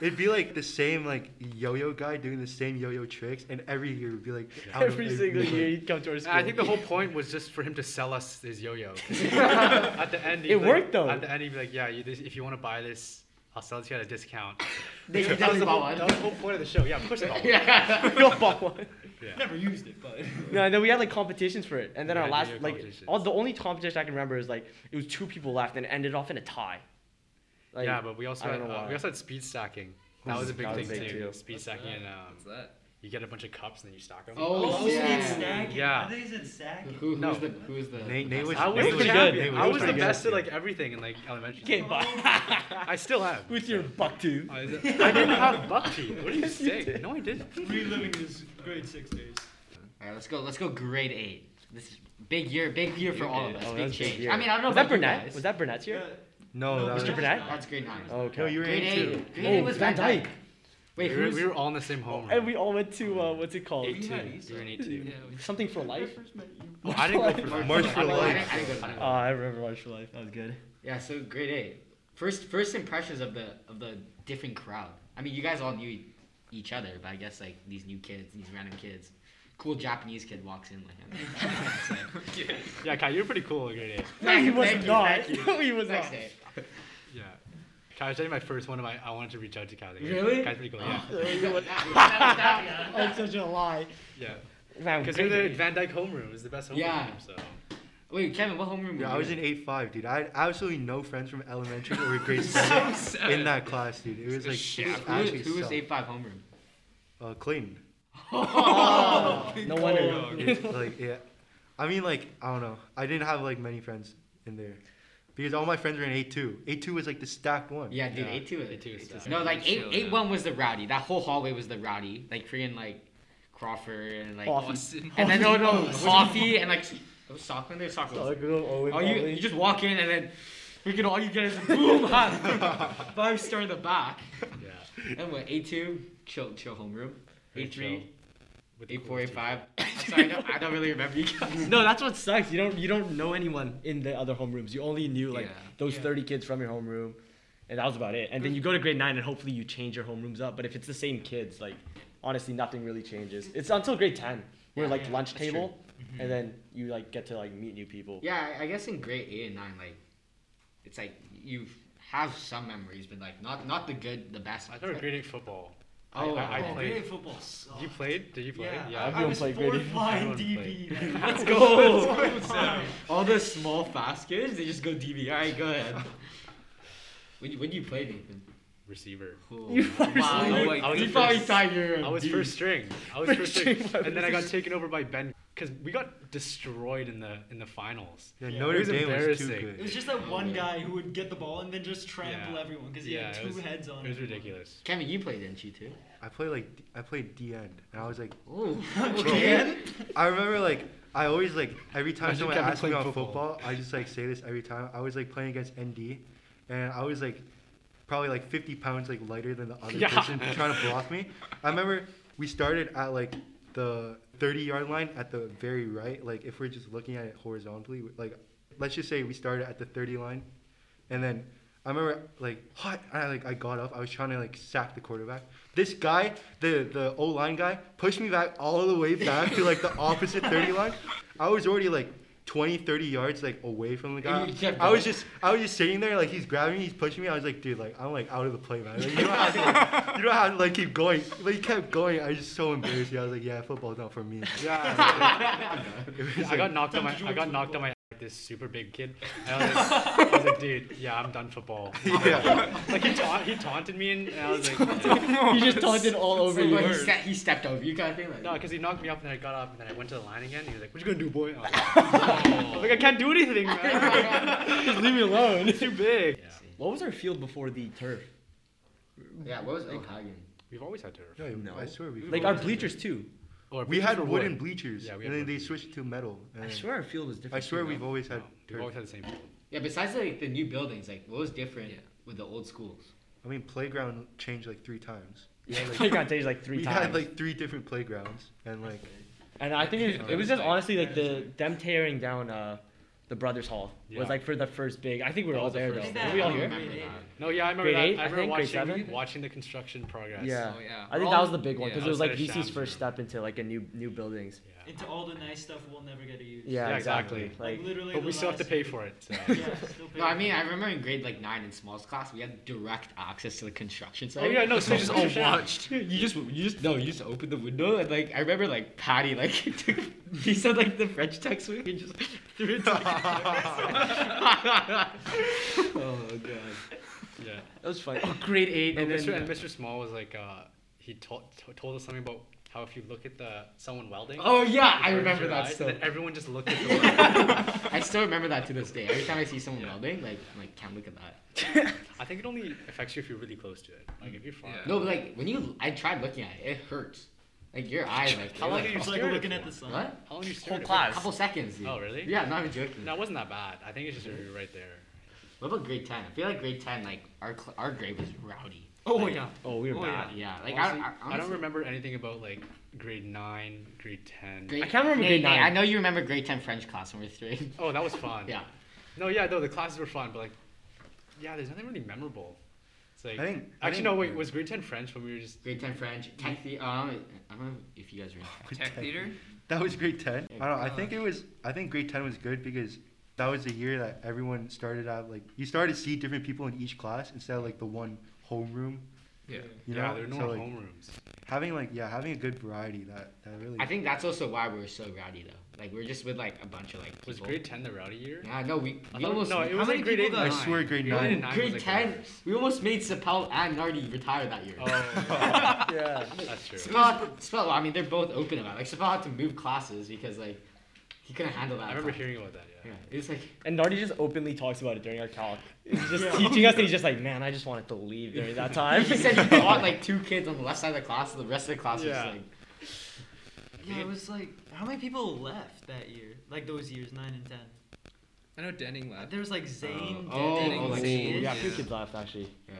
[SPEAKER 1] it'd be like the same like yo-yo guy doing the same yo-yo tricks, and every year would be like out of
[SPEAKER 6] Every single
[SPEAKER 1] every-
[SPEAKER 6] year you'd come to our school.
[SPEAKER 3] I think the whole point was just for him to sell us his yo-yo. at the end, he'd
[SPEAKER 6] It
[SPEAKER 3] like-
[SPEAKER 6] worked, though.
[SPEAKER 3] At the end, he'd be like, "Yeah, you, this, if you want to buy this, I'll sell it to you at a discount.
[SPEAKER 5] They
[SPEAKER 3] that, was
[SPEAKER 5] definitely
[SPEAKER 3] the whole,
[SPEAKER 5] bought
[SPEAKER 3] that was the whole point of the show. Yeah, of course I bought one.
[SPEAKER 5] yeah.
[SPEAKER 6] We all bought one.
[SPEAKER 3] Yeah.
[SPEAKER 4] Never used it, but
[SPEAKER 6] No, and then we had like competitions for it, and then
[SPEAKER 3] We
[SPEAKER 6] our
[SPEAKER 3] had
[SPEAKER 6] last
[SPEAKER 3] video
[SPEAKER 6] like
[SPEAKER 3] competitions.
[SPEAKER 6] all the only competition I can remember is like it was two people left and it ended off in a tie. Like,
[SPEAKER 3] yeah, but we also
[SPEAKER 6] I
[SPEAKER 3] had,
[SPEAKER 6] don't know
[SPEAKER 3] uh,
[SPEAKER 6] why.
[SPEAKER 3] we also had speed stacking. That was a big
[SPEAKER 6] That was
[SPEAKER 3] thing
[SPEAKER 6] big
[SPEAKER 3] too.
[SPEAKER 6] too.
[SPEAKER 3] Speed
[SPEAKER 5] What's
[SPEAKER 3] stacking
[SPEAKER 5] that?
[SPEAKER 3] and um,
[SPEAKER 5] What's that?
[SPEAKER 3] you get a bunch of cups and then you stack them.
[SPEAKER 5] Oh, yeah.
[SPEAKER 4] stacking.
[SPEAKER 3] Yeah.
[SPEAKER 4] I thought you said stacking.
[SPEAKER 5] Who, who's
[SPEAKER 3] No.
[SPEAKER 5] the who's the?
[SPEAKER 1] Nate-
[SPEAKER 5] the
[SPEAKER 1] Nate was-
[SPEAKER 3] I
[SPEAKER 1] Nate
[SPEAKER 3] was
[SPEAKER 6] was
[SPEAKER 3] the
[SPEAKER 6] pretty
[SPEAKER 3] champion.
[SPEAKER 1] good. Nate
[SPEAKER 3] I was
[SPEAKER 1] was
[SPEAKER 3] the
[SPEAKER 1] pretty
[SPEAKER 3] best
[SPEAKER 1] good.
[SPEAKER 3] at like everything in like elementary.
[SPEAKER 6] Okay,
[SPEAKER 3] school.
[SPEAKER 4] Oh,
[SPEAKER 3] I still have.
[SPEAKER 6] with your buck tooth.
[SPEAKER 3] I was- I didn't have buck teeth. What do you
[SPEAKER 6] Yes, you
[SPEAKER 3] say?
[SPEAKER 6] did.
[SPEAKER 3] No, I didn't.
[SPEAKER 4] Reliving his grade six days.
[SPEAKER 5] All right, let's go. Let's go. Grade eight. This is big year. Big year for all of us.
[SPEAKER 6] Oh,
[SPEAKER 5] big
[SPEAKER 6] that's big
[SPEAKER 5] change.
[SPEAKER 6] year.
[SPEAKER 5] I mean, I don't know
[SPEAKER 6] Was
[SPEAKER 5] about
[SPEAKER 6] that
[SPEAKER 5] you
[SPEAKER 6] Burnett?
[SPEAKER 5] guys.
[SPEAKER 6] Was that Burnett's year?
[SPEAKER 1] No,
[SPEAKER 3] Oh,
[SPEAKER 4] No,
[SPEAKER 1] that was
[SPEAKER 6] Mr. Burnett?
[SPEAKER 5] That's grade nine.
[SPEAKER 6] Oh, okay.
[SPEAKER 1] No, you were
[SPEAKER 5] Grade
[SPEAKER 1] in too.
[SPEAKER 5] eight. Grade eight
[SPEAKER 6] Oh,
[SPEAKER 5] was
[SPEAKER 6] Van Dyke.
[SPEAKER 5] Wait,
[SPEAKER 3] we, were,
[SPEAKER 5] who's?
[SPEAKER 3] we Oh, were all in the same home.
[SPEAKER 6] And we all went to uh, what's it called?
[SPEAKER 3] eight two.
[SPEAKER 4] had
[SPEAKER 3] We were in eight
[SPEAKER 6] Dude,
[SPEAKER 3] two.
[SPEAKER 6] Something for life.
[SPEAKER 3] Well, I didn't go for that.
[SPEAKER 1] March
[SPEAKER 5] I
[SPEAKER 1] for
[SPEAKER 5] don't know, I
[SPEAKER 1] life.
[SPEAKER 5] didn't- I didn't go to that.
[SPEAKER 6] Oh, I remember March for Life. That was good.
[SPEAKER 5] Yeah, so grade eight. First first impressions of the of the different crowd. I mean, you guys all knew each other, but I guess like these new kids, these random kids. Cool Japanese kid walks in like him.
[SPEAKER 3] Yeah, Kai, you were pretty cool in grade eight.
[SPEAKER 6] No, he
[SPEAKER 5] Thank
[SPEAKER 6] was
[SPEAKER 5] you,
[SPEAKER 6] not.
[SPEAKER 5] thank you.
[SPEAKER 6] No, he was
[SPEAKER 5] Next
[SPEAKER 6] not.
[SPEAKER 5] day.
[SPEAKER 3] Yeah. Kai, I was telling you my first one of my. I wanted to reach out to Kai. Like,
[SPEAKER 5] Really? Oh.
[SPEAKER 3] Kai's pretty cool. Yeah.
[SPEAKER 6] That's such a lie.
[SPEAKER 3] Yeah.
[SPEAKER 6] Man,
[SPEAKER 3] Because we were in
[SPEAKER 6] great.
[SPEAKER 3] Van Dyke homeroom. It was the best homeroom.
[SPEAKER 5] Yeah.
[SPEAKER 3] So.
[SPEAKER 5] Wait, Kevin, what homeroom? were
[SPEAKER 1] Yeah, I
[SPEAKER 5] you
[SPEAKER 1] was in eight five, dude. I had absolutely no friends from elementary or grade seven in that class, dude. It was like
[SPEAKER 5] Who
[SPEAKER 1] shit.
[SPEAKER 5] was- Who was, who was eight five homeroom?
[SPEAKER 1] Uh, Clayton.
[SPEAKER 6] no wonder.
[SPEAKER 1] like yeah, I mean like I don't know. I didn't have like many friends in there because all my friends were in eight two. Eight two was like the stacked one.
[SPEAKER 5] Yeah, dude,
[SPEAKER 3] Yeah.
[SPEAKER 5] eight two.
[SPEAKER 3] A2 is tough.
[SPEAKER 5] No, like eight
[SPEAKER 7] Chill,
[SPEAKER 5] eight
[SPEAKER 7] yeah.
[SPEAKER 5] one was the rowdy. That whole hallway was the rowdy. Like freaking like Crawford and like
[SPEAKER 6] Coffee.
[SPEAKER 7] Austin.
[SPEAKER 5] and then no no coffee and like it was soccer. There's soccer.
[SPEAKER 6] Oh, good old Owen
[SPEAKER 5] Oh, you,
[SPEAKER 6] Polley.
[SPEAKER 5] you just walk in and then we can all you get is a boom hot five star in the back.
[SPEAKER 3] Yeah.
[SPEAKER 5] And what A two chill chill homeroom.
[SPEAKER 3] Very
[SPEAKER 5] A
[SPEAKER 3] chill.
[SPEAKER 5] three,
[SPEAKER 3] With the
[SPEAKER 5] A four,
[SPEAKER 3] cool
[SPEAKER 5] A
[SPEAKER 3] teeth.
[SPEAKER 5] five. I'm sorry, I don't, I don't really remember you guys.
[SPEAKER 6] No, that's what sucks. You don't you don't know anyone in the other homerooms. You only knew like
[SPEAKER 5] Yeah.
[SPEAKER 6] those
[SPEAKER 4] Yeah.
[SPEAKER 6] thirty kids from your homeroom, and that was about it. And then you go to grade nine, and hopefully you change your homerooms up. But if it's the same kids, like honestly, nothing really changes. It's until grade ten where
[SPEAKER 5] Yeah,
[SPEAKER 6] like
[SPEAKER 5] yeah,
[SPEAKER 6] lunch
[SPEAKER 5] that's true.
[SPEAKER 6] table, and then you like get to like meet new people.
[SPEAKER 5] Yeah, I, I guess in grade eight and nine, like it's like you have some memories, but like not not the good, the best.
[SPEAKER 3] I
[SPEAKER 5] ones.
[SPEAKER 3] remember
[SPEAKER 5] Like,
[SPEAKER 3] grade eight football.
[SPEAKER 5] Oh,
[SPEAKER 3] I, I, I
[SPEAKER 4] oh,
[SPEAKER 3] played.
[SPEAKER 4] grade football sucked.
[SPEAKER 3] You played? Did you play?
[SPEAKER 4] Oh. Yeah,
[SPEAKER 6] I've
[SPEAKER 4] I
[SPEAKER 6] been
[SPEAKER 4] was
[SPEAKER 6] playing grade
[SPEAKER 4] fourth
[SPEAKER 6] eight.
[SPEAKER 4] line
[SPEAKER 3] Everyone
[SPEAKER 4] DB.
[SPEAKER 5] Let's
[SPEAKER 3] Oh.
[SPEAKER 5] go.
[SPEAKER 4] Fourth line.
[SPEAKER 5] All the small fast kids, they just go DB. All right, go ahead. when you, when you play Nathan?
[SPEAKER 3] receiver.
[SPEAKER 5] You wow,
[SPEAKER 3] I
[SPEAKER 5] you,
[SPEAKER 3] was- I was
[SPEAKER 5] you
[SPEAKER 3] the
[SPEAKER 5] probably
[SPEAKER 3] first-
[SPEAKER 5] thought you were.
[SPEAKER 3] I was
[SPEAKER 5] dude.
[SPEAKER 3] first string. I was
[SPEAKER 6] First
[SPEAKER 3] first string,
[SPEAKER 6] string by
[SPEAKER 3] and then I got taken over by Ben because we got destroyed in the in the finals.
[SPEAKER 1] Yeah,
[SPEAKER 4] Yeah,
[SPEAKER 1] Notre
[SPEAKER 3] it was
[SPEAKER 1] Dame was too
[SPEAKER 3] embarrassing.
[SPEAKER 1] good.
[SPEAKER 4] It was just that one guy who would get the ball and then just trample
[SPEAKER 3] Yeah.
[SPEAKER 4] everyone because he had
[SPEAKER 3] it
[SPEAKER 4] two
[SPEAKER 3] was-
[SPEAKER 4] heads on
[SPEAKER 3] It was
[SPEAKER 4] him.
[SPEAKER 3] ridiculous.
[SPEAKER 5] Kevin, you played, didn't you too?
[SPEAKER 1] I played like D- I played D end, and I was like,
[SPEAKER 5] Oh,
[SPEAKER 4] Okay.
[SPEAKER 1] I remember like I always like every time
[SPEAKER 3] Imagine
[SPEAKER 1] someone
[SPEAKER 3] Kevin
[SPEAKER 1] asks me
[SPEAKER 3] playing
[SPEAKER 1] on football.
[SPEAKER 3] football.
[SPEAKER 1] I just like say this every time. I was like playing against ND, and I was like probably like 50 pounds like lighter than the other
[SPEAKER 3] Yeah.
[SPEAKER 1] person trying to block me. I remember we started at like the 30 yard line at the very right. Like if we're just looking at it horizontally, like let's just say we started at the 30 line, and then I remember like hot and I like I got up. I was trying to like sack the quarterback. This guy, the the O line guy, pushed me back all the way back to like the opposite 30 line. I was already like 20, 30 yards like away from the
[SPEAKER 5] And
[SPEAKER 1] guy.
[SPEAKER 5] you kept
[SPEAKER 1] I was
[SPEAKER 5] going.
[SPEAKER 1] just I was just sitting there like he's grabbing me, he's pushing me. I was like, dude, like I'm like out of the play, man. Like, you don't have to like, you don't have to like keep going. But he kept going. I was just so embarrassed. I was like, yeah, football's not for me.
[SPEAKER 3] Yeah,
[SPEAKER 1] It was,
[SPEAKER 3] I
[SPEAKER 1] like-
[SPEAKER 3] got knocked on my.
[SPEAKER 4] Time to
[SPEAKER 3] I
[SPEAKER 4] join
[SPEAKER 3] got knocked on my by this super big kid. And I, was like, I was like, dude, yeah, I'm done football.
[SPEAKER 1] yeah.
[SPEAKER 3] Like he, ta- he taunted me, and, and I was like, yeah.
[SPEAKER 6] you just taunted all over you.
[SPEAKER 5] Like, he, ste- he stepped over you, kind of thing. Like,
[SPEAKER 3] no, because he knocked me up, and I got up, and then I went to the line again. He was like, what you gonna do, boy? And I was like, I was like, I can't do anything, man.
[SPEAKER 6] Just leave me alone.
[SPEAKER 3] It's too big.
[SPEAKER 6] What was our field before the turf?
[SPEAKER 5] yeah, what was O'Hagan?
[SPEAKER 3] We've always had turf.
[SPEAKER 1] No, I swear we
[SPEAKER 6] Like our bleachers too.
[SPEAKER 3] Or
[SPEAKER 1] we had
[SPEAKER 3] or
[SPEAKER 1] wooden bleachers,
[SPEAKER 3] Yeah, we
[SPEAKER 1] and
[SPEAKER 3] had
[SPEAKER 1] then they
[SPEAKER 3] wooden.
[SPEAKER 1] switched it to metal. and
[SPEAKER 6] I
[SPEAKER 1] then-
[SPEAKER 6] swear our field was different.
[SPEAKER 1] I swear
[SPEAKER 6] too,
[SPEAKER 1] we've
[SPEAKER 6] no?
[SPEAKER 1] always had
[SPEAKER 3] No, we've
[SPEAKER 1] turf.
[SPEAKER 3] always had the same. field.
[SPEAKER 5] Yeah, besides like the new buildings, like what was different with the old schools?
[SPEAKER 1] I mean, playground changed like three times.
[SPEAKER 6] Yeah, like, got tased like three
[SPEAKER 1] we
[SPEAKER 6] times.
[SPEAKER 1] had like three different playgrounds, and like
[SPEAKER 6] And I think it was, it was just honestly like the them tearing down uh, the Brothers Hall
[SPEAKER 3] Yeah.
[SPEAKER 6] was like for the first big. I think we were
[SPEAKER 3] That
[SPEAKER 6] all
[SPEAKER 3] was the
[SPEAKER 6] there
[SPEAKER 3] first
[SPEAKER 6] though.
[SPEAKER 3] big.
[SPEAKER 6] Were we all
[SPEAKER 5] I
[SPEAKER 6] here?
[SPEAKER 5] remember
[SPEAKER 4] Grade
[SPEAKER 5] that.
[SPEAKER 3] No, yeah, I remember
[SPEAKER 6] Grade
[SPEAKER 3] that.
[SPEAKER 6] eight,
[SPEAKER 3] I
[SPEAKER 6] I
[SPEAKER 3] remember
[SPEAKER 6] think, grade
[SPEAKER 3] watching,
[SPEAKER 6] seven?
[SPEAKER 3] watching the construction progress.
[SPEAKER 6] Yeah.
[SPEAKER 5] Oh, yeah.
[SPEAKER 6] I think
[SPEAKER 5] All-
[SPEAKER 6] that was the big one because
[SPEAKER 5] yeah.
[SPEAKER 6] it was like
[SPEAKER 3] Outside of
[SPEAKER 6] VC's
[SPEAKER 3] Shams,
[SPEAKER 6] first
[SPEAKER 3] yeah.
[SPEAKER 6] step into like a new new buildings.
[SPEAKER 3] Yeah.
[SPEAKER 4] Into all the nice stuff we'll never get to use.
[SPEAKER 6] Yeah,
[SPEAKER 3] Yeah,
[SPEAKER 6] exactly.
[SPEAKER 3] exactly.
[SPEAKER 4] Like,
[SPEAKER 6] Like
[SPEAKER 4] literally.
[SPEAKER 3] But
[SPEAKER 4] the
[SPEAKER 3] we still have to
[SPEAKER 4] last-
[SPEAKER 3] pay for it. So.
[SPEAKER 4] Yeah, still pay
[SPEAKER 5] No, I
[SPEAKER 4] for
[SPEAKER 5] mean,
[SPEAKER 4] it.
[SPEAKER 5] I remember in grade like nine in smalls class, we had direct access to the construction site.
[SPEAKER 3] Oh, yeah, no, so
[SPEAKER 5] so
[SPEAKER 3] you
[SPEAKER 5] just
[SPEAKER 3] just
[SPEAKER 5] all
[SPEAKER 3] open the
[SPEAKER 5] watched. You just, you just, no, you just opened the window and like, I remember like Patty, like, took a piece of like the French textbook and just threw it to Oh, God.
[SPEAKER 3] yeah.
[SPEAKER 6] that was funny. Oh, grade eight
[SPEAKER 3] And,
[SPEAKER 6] and
[SPEAKER 3] Mr. and
[SPEAKER 6] then
[SPEAKER 3] Mr. Small was like, uh, he told told us something about how if you look at the someone welding.
[SPEAKER 5] Oh, yeah,
[SPEAKER 3] it
[SPEAKER 5] I
[SPEAKER 3] burns
[SPEAKER 5] remember
[SPEAKER 3] your
[SPEAKER 5] that
[SPEAKER 3] eyes,
[SPEAKER 5] stuff.
[SPEAKER 3] And then everyone just looked at the weld.
[SPEAKER 5] I still remember that to this day. Every time I see someone
[SPEAKER 3] Yeah.
[SPEAKER 5] welding, like, I'm like, can't look at that.
[SPEAKER 3] I think it only affects you if you're really close to it. Like if you're far.
[SPEAKER 5] No, but like, when you, I tried looking at it, it hurts. Like, your eye, like,
[SPEAKER 3] How long
[SPEAKER 5] like,
[SPEAKER 3] are you
[SPEAKER 4] It's like
[SPEAKER 3] scared
[SPEAKER 4] looking
[SPEAKER 3] for?
[SPEAKER 4] at the sun.
[SPEAKER 5] What?
[SPEAKER 3] How long you
[SPEAKER 6] whole
[SPEAKER 3] stared? at it?
[SPEAKER 5] A couple
[SPEAKER 6] class.
[SPEAKER 5] seconds. Dude.
[SPEAKER 3] Oh, really?
[SPEAKER 5] Yeah, I'm not even joking.
[SPEAKER 3] No, it wasn't that bad. I think it's just
[SPEAKER 5] Mm-hmm.
[SPEAKER 3] you're right there.
[SPEAKER 5] What about grade ten? I feel like grade ten, like our cl- our grade was rowdy.
[SPEAKER 4] Oh yeah.
[SPEAKER 6] Oh, we were
[SPEAKER 5] Oh,
[SPEAKER 6] bad.
[SPEAKER 5] Yeah, like
[SPEAKER 3] Honestly,
[SPEAKER 5] I, I,
[SPEAKER 3] I don't
[SPEAKER 5] honestly-
[SPEAKER 3] remember anything about like grade nine, grade ten.
[SPEAKER 5] Grade,
[SPEAKER 6] I can't remember
[SPEAKER 5] Nate,
[SPEAKER 6] grade
[SPEAKER 5] Nate,
[SPEAKER 6] nine.
[SPEAKER 5] I know you remember grade ten French class when we were three.
[SPEAKER 3] Oh, that was fun.
[SPEAKER 5] yeah.
[SPEAKER 3] No, yeah, no, the classes were fun, but like, yeah, there's nothing really memorable. It's like
[SPEAKER 1] I think- I
[SPEAKER 3] actually
[SPEAKER 1] think-
[SPEAKER 3] no, wait, was grade ten French when we were just
[SPEAKER 5] Grade ten French, tech the. Um, I don't know if you guys remember.
[SPEAKER 2] Tech theater.
[SPEAKER 1] That was grade ten.
[SPEAKER 5] Oh
[SPEAKER 1] I don't know. I think it was. I think grade ten was good because that was the year that everyone started out like you started to see different people in each class instead of like the one homeroom.
[SPEAKER 2] Yeah.
[SPEAKER 1] You
[SPEAKER 3] yeah,
[SPEAKER 1] know?
[SPEAKER 3] there were no
[SPEAKER 1] so, like,
[SPEAKER 3] homerooms.
[SPEAKER 1] having like yeah, having a good variety that that really.
[SPEAKER 5] I think that's also why we were so rowdy though. Like we were just with like a bunch of like people.
[SPEAKER 3] Was grade ten the rowdy year?
[SPEAKER 5] Yeah, no, we,
[SPEAKER 3] I
[SPEAKER 5] we
[SPEAKER 3] thought-
[SPEAKER 5] almost.
[SPEAKER 3] no, it was
[SPEAKER 5] many
[SPEAKER 3] like grade eight.
[SPEAKER 5] people
[SPEAKER 1] I
[SPEAKER 5] got-
[SPEAKER 1] swear, grade
[SPEAKER 3] Grade eight
[SPEAKER 1] nine.
[SPEAKER 3] and nine was,
[SPEAKER 5] Grade
[SPEAKER 3] like,
[SPEAKER 5] ten,
[SPEAKER 3] rowdiers.
[SPEAKER 5] we almost made Sapel and Nardi retire that year.
[SPEAKER 3] Oh,
[SPEAKER 6] Yeah.
[SPEAKER 3] that's true.
[SPEAKER 5] Spell, spell. I mean, they're both open about. It. Like Spell had to move classes because like he couldn't handle that.
[SPEAKER 3] I remember
[SPEAKER 5] time.
[SPEAKER 3] hearing about that. Yeah.
[SPEAKER 5] Yeah, it's like
[SPEAKER 6] And Nardi just openly talks about it during our talk. He's just teaching us, and he's just like, "Man, I just wanted to leave during that time."
[SPEAKER 5] he said he caught like two kids on the left side of the class, and the rest of the class
[SPEAKER 3] Yeah.
[SPEAKER 5] was just
[SPEAKER 4] Yeah, it was like how many people left that year? Like those years, nine and ten.
[SPEAKER 2] I know Denning left.
[SPEAKER 4] There was like Zane.
[SPEAKER 5] oh,
[SPEAKER 4] Denning,
[SPEAKER 5] oh, like,
[SPEAKER 6] Ooh,
[SPEAKER 4] Zane.
[SPEAKER 6] yeah, a
[SPEAKER 5] yeah.
[SPEAKER 6] few kids left actually.
[SPEAKER 5] like. Yeah.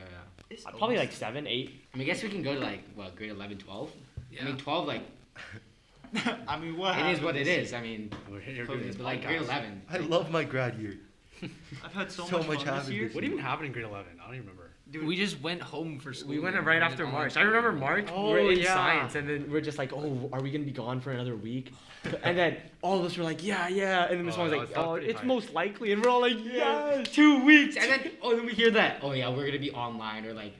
[SPEAKER 4] It's
[SPEAKER 6] Uh, Probably
[SPEAKER 4] almost-
[SPEAKER 6] like seven, eight.
[SPEAKER 5] I mean, I guess we can go to like what grade 11, 12? I
[SPEAKER 2] Yeah.
[SPEAKER 5] mean, twelve like
[SPEAKER 4] I mean, what?
[SPEAKER 5] it is what it
[SPEAKER 4] happens?
[SPEAKER 5] is. I mean,
[SPEAKER 3] We're here doing
[SPEAKER 5] COVID,
[SPEAKER 3] this
[SPEAKER 5] but like grade
[SPEAKER 3] podcast.
[SPEAKER 5] eleven.
[SPEAKER 1] I love my grad year.
[SPEAKER 4] I've had so,
[SPEAKER 1] So
[SPEAKER 4] much,
[SPEAKER 1] much
[SPEAKER 4] fun this
[SPEAKER 1] happened
[SPEAKER 4] year.
[SPEAKER 1] this
[SPEAKER 3] What even happened in grade eleven? I don't even remember.
[SPEAKER 4] Dude,
[SPEAKER 2] we just went home for school. man. went on-
[SPEAKER 6] March.
[SPEAKER 3] Oh, yeah.
[SPEAKER 6] and then we're just like, "Oh, are we gonna be gone for another week?" And then all of us were like, "Yeah, yeah." And then this
[SPEAKER 3] Oh,
[SPEAKER 6] one
[SPEAKER 3] that
[SPEAKER 6] was
[SPEAKER 3] was-
[SPEAKER 6] like,
[SPEAKER 3] that was
[SPEAKER 6] "Oh,
[SPEAKER 3] pretty
[SPEAKER 6] it's
[SPEAKER 3] high.
[SPEAKER 6] most likely," and we're all like, "Yes."
[SPEAKER 5] two weeks, and then oh, then we hear that. Oh yeah, we're gonna be online or like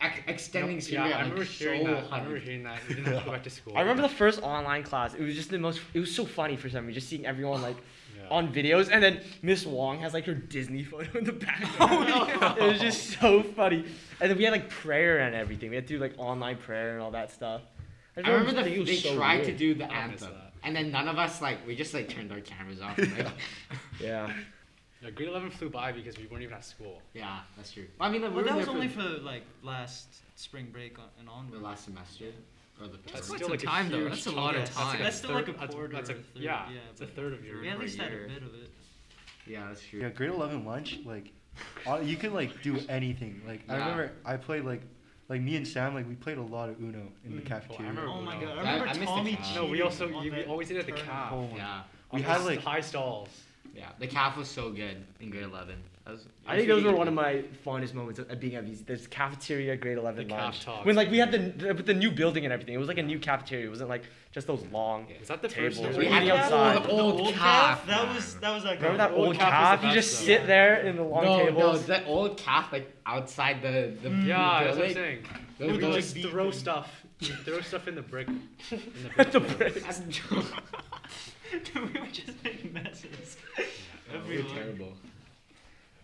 [SPEAKER 5] ex- extending
[SPEAKER 3] yeah,
[SPEAKER 5] senior.
[SPEAKER 3] I
[SPEAKER 5] like,
[SPEAKER 3] remember hearing
[SPEAKER 5] so
[SPEAKER 3] that. I
[SPEAKER 5] hard.
[SPEAKER 3] remember hearing that. We didn't have to go back to school.
[SPEAKER 6] I remember the first online class. It was just the most. It was so funny for some reason, just seeing everyone like
[SPEAKER 3] Yeah.
[SPEAKER 6] on videos, and then Miss Wong has like her Disney photo in the
[SPEAKER 5] Oh,
[SPEAKER 6] background. It was just so funny. And then we had like prayer and everything. We had to do like online prayer and all that stuff.
[SPEAKER 5] I remember
[SPEAKER 6] just
[SPEAKER 5] the,
[SPEAKER 6] thinking it
[SPEAKER 5] they
[SPEAKER 6] was so
[SPEAKER 5] tried to
[SPEAKER 6] weird.
[SPEAKER 5] do the
[SPEAKER 3] I miss
[SPEAKER 5] anthem,
[SPEAKER 3] that.
[SPEAKER 5] and then none of us like we just like turned our cameras off. and, Like,
[SPEAKER 6] Yeah.
[SPEAKER 3] Yeah, grade eleven flew by because we weren't even at school.
[SPEAKER 5] yeah, that's true. Well, I mean, like, we
[SPEAKER 4] Well, that
[SPEAKER 5] were there
[SPEAKER 4] was
[SPEAKER 5] for
[SPEAKER 4] only for like last spring break on, and
[SPEAKER 5] the
[SPEAKER 4] onward.
[SPEAKER 5] last semester or the.
[SPEAKER 3] That's
[SPEAKER 5] term.
[SPEAKER 2] quite
[SPEAKER 3] still
[SPEAKER 2] some
[SPEAKER 3] like
[SPEAKER 2] time,
[SPEAKER 3] a
[SPEAKER 2] though.
[SPEAKER 3] huge
[SPEAKER 2] That's a
[SPEAKER 3] chunk.
[SPEAKER 2] lot of
[SPEAKER 3] Yeah, that's like
[SPEAKER 2] time.
[SPEAKER 3] a
[SPEAKER 4] That's still like
[SPEAKER 3] third-
[SPEAKER 4] a
[SPEAKER 3] that's
[SPEAKER 4] quarter
[SPEAKER 3] That's
[SPEAKER 4] or
[SPEAKER 3] a,
[SPEAKER 4] a third,
[SPEAKER 3] yeah,
[SPEAKER 4] yeah,
[SPEAKER 3] it's a
[SPEAKER 4] but-
[SPEAKER 3] third of your.
[SPEAKER 4] We at
[SPEAKER 2] per
[SPEAKER 4] least had a
[SPEAKER 2] year.
[SPEAKER 4] bit of it.
[SPEAKER 5] Yeah, that's true.
[SPEAKER 1] Yeah, grade eleven lunch like, all- you could like do anything. Like I
[SPEAKER 5] Yeah.
[SPEAKER 1] remember I played like, like me and Sam like we played a lot of Uno in the cafeteria.
[SPEAKER 3] remember-
[SPEAKER 4] Oh my
[SPEAKER 3] no.
[SPEAKER 4] god, I
[SPEAKER 5] Mm. I-
[SPEAKER 4] remember
[SPEAKER 5] I missed the
[SPEAKER 4] Tommy
[SPEAKER 5] cab.
[SPEAKER 4] cheating.
[SPEAKER 3] No, we also
[SPEAKER 4] on
[SPEAKER 3] you, we
[SPEAKER 4] that
[SPEAKER 3] always did it at the
[SPEAKER 4] tournament.
[SPEAKER 3] cab.
[SPEAKER 1] Oh my-
[SPEAKER 5] Yeah,
[SPEAKER 1] We
[SPEAKER 3] On
[SPEAKER 1] had
[SPEAKER 3] the
[SPEAKER 1] like
[SPEAKER 3] high stalls.
[SPEAKER 5] yeah. The calf was so good in grade eleven. That was,
[SPEAKER 6] I think those were one of my fondest moments of of being at these this cafeteria grade eleven
[SPEAKER 3] The caf
[SPEAKER 6] lunch
[SPEAKER 3] talks.
[SPEAKER 6] when like we had the with the new building and everything. It was like a new cafeteria. It wasn't like just those long.
[SPEAKER 3] Is that the
[SPEAKER 6] Tables.
[SPEAKER 3] first year?
[SPEAKER 6] We
[SPEAKER 3] you
[SPEAKER 6] had
[SPEAKER 3] did
[SPEAKER 6] the
[SPEAKER 3] that?
[SPEAKER 6] outside.
[SPEAKER 4] The
[SPEAKER 5] The old
[SPEAKER 4] old
[SPEAKER 5] calf,
[SPEAKER 4] calf. That
[SPEAKER 5] man.
[SPEAKER 4] was that was that.
[SPEAKER 6] Remember
[SPEAKER 4] guy.
[SPEAKER 6] that
[SPEAKER 3] Old
[SPEAKER 6] old
[SPEAKER 3] calf was
[SPEAKER 6] calf?
[SPEAKER 3] the
[SPEAKER 6] You
[SPEAKER 3] best
[SPEAKER 6] just
[SPEAKER 3] though.
[SPEAKER 6] sit there in the long
[SPEAKER 5] no, no,
[SPEAKER 6] tables.
[SPEAKER 5] the old calf like outside the the.
[SPEAKER 3] Yeah, that's what I'm
[SPEAKER 5] building.
[SPEAKER 3] saying.
[SPEAKER 5] Those
[SPEAKER 3] we
[SPEAKER 5] were, like,
[SPEAKER 3] just throw stuff. We throw stuff in the brick. In the brick.
[SPEAKER 6] The
[SPEAKER 3] wall.
[SPEAKER 6] brick.
[SPEAKER 5] That's
[SPEAKER 4] Dude, we were just making messes.
[SPEAKER 5] we
[SPEAKER 4] Every
[SPEAKER 5] were
[SPEAKER 4] lunch.
[SPEAKER 5] terrible.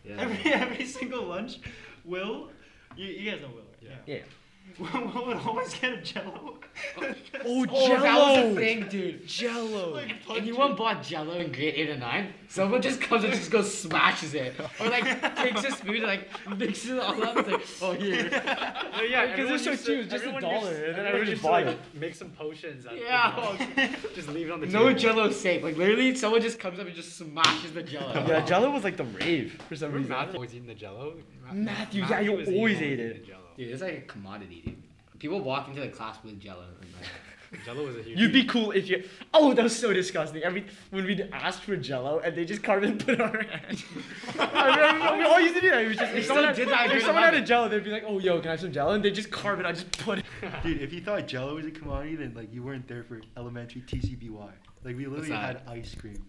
[SPEAKER 5] Yeah.
[SPEAKER 4] Every every single lunch, Will, you, you guys know Will, right?
[SPEAKER 3] Yeah.
[SPEAKER 6] Yeah.
[SPEAKER 4] Will, Will would always get a Jello.
[SPEAKER 6] Oh,
[SPEAKER 5] oh,
[SPEAKER 6] Jello.
[SPEAKER 5] that was a thing, dude.
[SPEAKER 6] Jello.
[SPEAKER 4] Like,
[SPEAKER 5] Anyone bought Jello in grade eight or nine? Someone just comes and just goes smashes it, or like takes his food and like mixes it all up. It's like, oh here.
[SPEAKER 3] No, yeah,
[SPEAKER 6] Because
[SPEAKER 3] everyone
[SPEAKER 6] it's so
[SPEAKER 3] used
[SPEAKER 6] cheap, just a
[SPEAKER 3] everyone
[SPEAKER 6] dollar,
[SPEAKER 3] used-
[SPEAKER 6] and then I
[SPEAKER 3] everyone
[SPEAKER 6] would just
[SPEAKER 3] used to,
[SPEAKER 6] buy
[SPEAKER 3] like, Make some potions. out of
[SPEAKER 5] Yeah.
[SPEAKER 3] the- just leave it on the table.
[SPEAKER 5] No Jello safe. Like literally, someone just comes up and just smashes the Jello.
[SPEAKER 6] Yeah, Jello was like the rave for some
[SPEAKER 3] Remember
[SPEAKER 6] reason.
[SPEAKER 3] Matthew always eating the Jello. Ma-
[SPEAKER 6] Matthew, yeah, you
[SPEAKER 3] was- he
[SPEAKER 6] always ate
[SPEAKER 3] eating
[SPEAKER 6] it.
[SPEAKER 3] the Jell-O.
[SPEAKER 5] Dude, it's like a commodity, dude. People walk into the class with Jello. And, like,
[SPEAKER 3] Jello was a huge.
[SPEAKER 6] You'd be cool if you. Oh, that was so disgusting. Every when we'd ask for Jello and they just carved it and put it on our hand. I remember we all used to do that. It was just if someone, had,
[SPEAKER 5] did that, I
[SPEAKER 6] if
[SPEAKER 5] really
[SPEAKER 6] someone
[SPEAKER 5] love
[SPEAKER 6] had a Jello, they'd be like, "Oh, yo, can I have some Jello?" And they just carve it. I just put it.
[SPEAKER 1] Dude, if you thought Jello was a commodity, then like you weren't there for elementary TCBY. Like we literally had
[SPEAKER 5] that?
[SPEAKER 1] ice cream.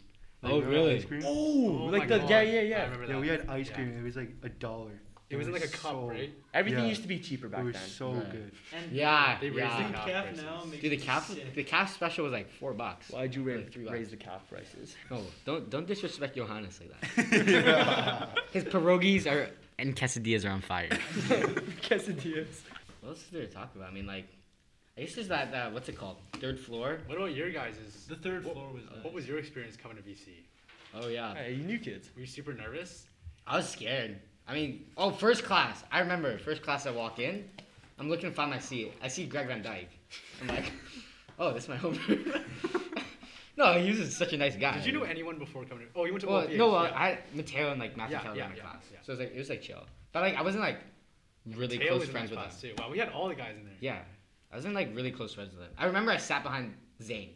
[SPEAKER 1] Like,
[SPEAKER 5] Oh,
[SPEAKER 1] remember
[SPEAKER 5] really?
[SPEAKER 1] Ice cream?
[SPEAKER 6] Oh,
[SPEAKER 3] Oh my
[SPEAKER 6] like the
[SPEAKER 3] God.
[SPEAKER 6] yeah, yeah,
[SPEAKER 3] I
[SPEAKER 6] yeah.
[SPEAKER 3] remember
[SPEAKER 1] Yeah,
[SPEAKER 3] that.
[SPEAKER 1] we had ice
[SPEAKER 3] Yeah.
[SPEAKER 1] cream. It was like a dollar.
[SPEAKER 3] It was in like a cup,
[SPEAKER 1] so-
[SPEAKER 3] right?
[SPEAKER 6] Everything
[SPEAKER 1] Yeah.
[SPEAKER 6] used to be cheaper
[SPEAKER 1] it
[SPEAKER 6] back
[SPEAKER 1] was
[SPEAKER 6] then.
[SPEAKER 1] so
[SPEAKER 5] Right.
[SPEAKER 1] good.
[SPEAKER 4] And
[SPEAKER 5] Yeah,
[SPEAKER 3] They raised
[SPEAKER 5] yeah.
[SPEAKER 3] the
[SPEAKER 4] the
[SPEAKER 3] Calf
[SPEAKER 4] calf
[SPEAKER 3] prices.
[SPEAKER 4] now makes
[SPEAKER 5] Dude, the
[SPEAKER 4] me
[SPEAKER 5] calf,
[SPEAKER 4] sick.
[SPEAKER 5] the calf special was like four bucks.
[SPEAKER 6] Why'd you raise,
[SPEAKER 5] Like three bucks.
[SPEAKER 6] raise the calf prices?
[SPEAKER 5] No, don't don't disrespect Johannes like that. His pierogies are and quesadillas are on fire.
[SPEAKER 6] Quesadillas.
[SPEAKER 5] what else is there to talk about? I mean, like, I guess there's that, that what's it called? Third floor.
[SPEAKER 3] What about your guys'?
[SPEAKER 4] The third
[SPEAKER 3] what,
[SPEAKER 4] floor was
[SPEAKER 3] uh, What
[SPEAKER 4] nice.
[SPEAKER 3] was your experience coming to VC?
[SPEAKER 5] Oh
[SPEAKER 1] Uh,
[SPEAKER 5] yeah.
[SPEAKER 6] Hey, you new kids.
[SPEAKER 3] Were you super nervous?
[SPEAKER 5] I was scared. I mean, oh, first class. I remember first class. I walk in. I'm looking to find my seat. I see Greg Van Dyke. I'm like, oh, this is my home. no, he was just such a nice guy.
[SPEAKER 3] Did you know anyone before coming to? Oh, you went to
[SPEAKER 5] Well,
[SPEAKER 3] OPH,
[SPEAKER 5] no, well,
[SPEAKER 3] yeah.
[SPEAKER 5] I Mateo and like Matthew
[SPEAKER 3] Yeah,
[SPEAKER 5] Keller
[SPEAKER 3] yeah,
[SPEAKER 5] were in my
[SPEAKER 3] yeah,
[SPEAKER 5] class,
[SPEAKER 3] yeah.
[SPEAKER 5] so it was like it was like chill. But like I wasn't like really
[SPEAKER 3] Taylor
[SPEAKER 5] close
[SPEAKER 3] was in
[SPEAKER 5] friends
[SPEAKER 3] that
[SPEAKER 5] with them.
[SPEAKER 3] class too. Wow, we had all the guys in there.
[SPEAKER 5] Yeah, I wasn't like really close friends with them. I remember I sat behind Zane.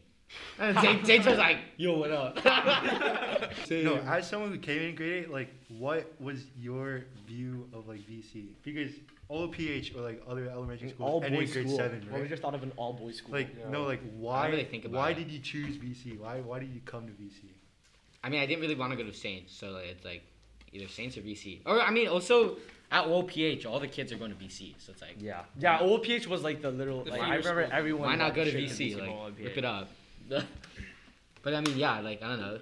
[SPEAKER 5] And Zane, Zane was like, "Yo, what up?"
[SPEAKER 1] No, as someone who came in grade eight, like, what was your view of like VC? Because all PH or like other elementary schools
[SPEAKER 6] All
[SPEAKER 1] end in
[SPEAKER 6] boys
[SPEAKER 1] grade
[SPEAKER 6] school.
[SPEAKER 1] seven,
[SPEAKER 6] What
[SPEAKER 1] right?
[SPEAKER 6] was your thought of an all boys school?
[SPEAKER 1] like no, like why?
[SPEAKER 5] really think about
[SPEAKER 1] why
[SPEAKER 5] it.
[SPEAKER 1] did you choose VC? Why? Why did you come to VC?
[SPEAKER 5] I mean, I didn't really want to go to Saints, so like, it's like either Saints or BC. Or I mean, also at OPH, all the kids are going to BC, so it's like,
[SPEAKER 6] Yeah. Yeah, OPH was like the literal.
[SPEAKER 4] The
[SPEAKER 6] like,
[SPEAKER 4] feeder
[SPEAKER 6] I remember
[SPEAKER 4] school.
[SPEAKER 6] everyone.
[SPEAKER 5] why not
[SPEAKER 6] like,
[SPEAKER 5] go to
[SPEAKER 6] shit
[SPEAKER 5] BC?
[SPEAKER 6] about
[SPEAKER 5] Like,
[SPEAKER 6] OPH.
[SPEAKER 5] rip it up. but I mean, yeah, like I don't know.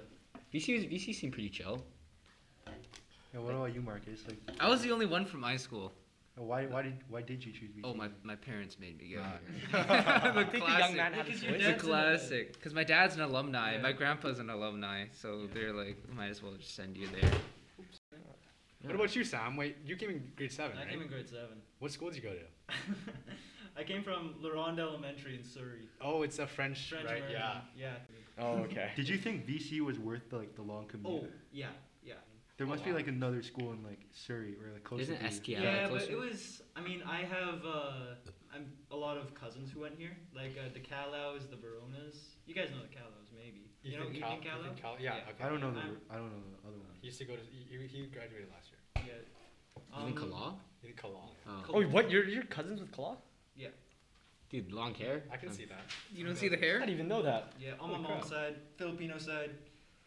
[SPEAKER 5] BC was, BC seemed pretty chill.
[SPEAKER 1] Yeah, what about you, Marcus? Like,
[SPEAKER 7] I was the only one from high school.
[SPEAKER 1] why? Why did? Why did you choose VC?
[SPEAKER 7] Oh, my, my parents made me go.
[SPEAKER 1] Ah.
[SPEAKER 7] the
[SPEAKER 6] I think the young
[SPEAKER 7] classic.
[SPEAKER 6] man had
[SPEAKER 4] Look
[SPEAKER 6] his
[SPEAKER 4] at
[SPEAKER 7] The
[SPEAKER 4] your dad.
[SPEAKER 6] voice.
[SPEAKER 4] Dad's an-
[SPEAKER 7] classic. Because my dad's an alumni,
[SPEAKER 4] Yeah.
[SPEAKER 7] my grandpa's an alumni, so they're like, might as well just send you there.
[SPEAKER 3] What about you, Sam? Wait, you came in grade seven,
[SPEAKER 4] I
[SPEAKER 3] right?
[SPEAKER 4] came in grade seven.
[SPEAKER 3] What school did you go to?
[SPEAKER 4] I came from LaRonde Elementary in Surrey.
[SPEAKER 3] Oh, it's a French,
[SPEAKER 4] French
[SPEAKER 3] right?
[SPEAKER 4] American.
[SPEAKER 3] Yeah.
[SPEAKER 4] Yeah.
[SPEAKER 6] Oh, okay.
[SPEAKER 1] Did you think VC was worth the, like the long commute?
[SPEAKER 4] Oh, yeah, yeah.
[SPEAKER 1] there must be
[SPEAKER 5] wow.
[SPEAKER 1] like another school in like Surrey or like close
[SPEAKER 5] Isn't
[SPEAKER 1] to you.
[SPEAKER 5] STL
[SPEAKER 4] but
[SPEAKER 5] closer?
[SPEAKER 4] it was. I mean, I have. Uh, I'm a lot of cousins who went here, like uh, the Calows, the Veronas. You guys know the Calows, maybe. you know
[SPEAKER 3] Ethan
[SPEAKER 4] Ethan
[SPEAKER 3] Cal-
[SPEAKER 4] Callow?
[SPEAKER 3] Ethan Cal- yeah,
[SPEAKER 4] Yeah.
[SPEAKER 3] okay.
[SPEAKER 1] I don't know the.
[SPEAKER 4] I'm-
[SPEAKER 1] I don't know the other one.
[SPEAKER 3] He used to go to. He, he- he graduated last year.
[SPEAKER 4] Yeah. um,
[SPEAKER 5] Even Kalal?
[SPEAKER 3] Ethan Kalal.
[SPEAKER 5] Oh,
[SPEAKER 6] Oh, what? You're, you're cousins with Claw?
[SPEAKER 5] dude, long hair.
[SPEAKER 3] I can
[SPEAKER 5] Um,
[SPEAKER 3] see that.
[SPEAKER 7] You don't see the
[SPEAKER 6] I
[SPEAKER 7] hair?
[SPEAKER 6] didn't even know that.
[SPEAKER 4] Yeah, on my
[SPEAKER 6] Holy
[SPEAKER 4] mom's side, Filipino side,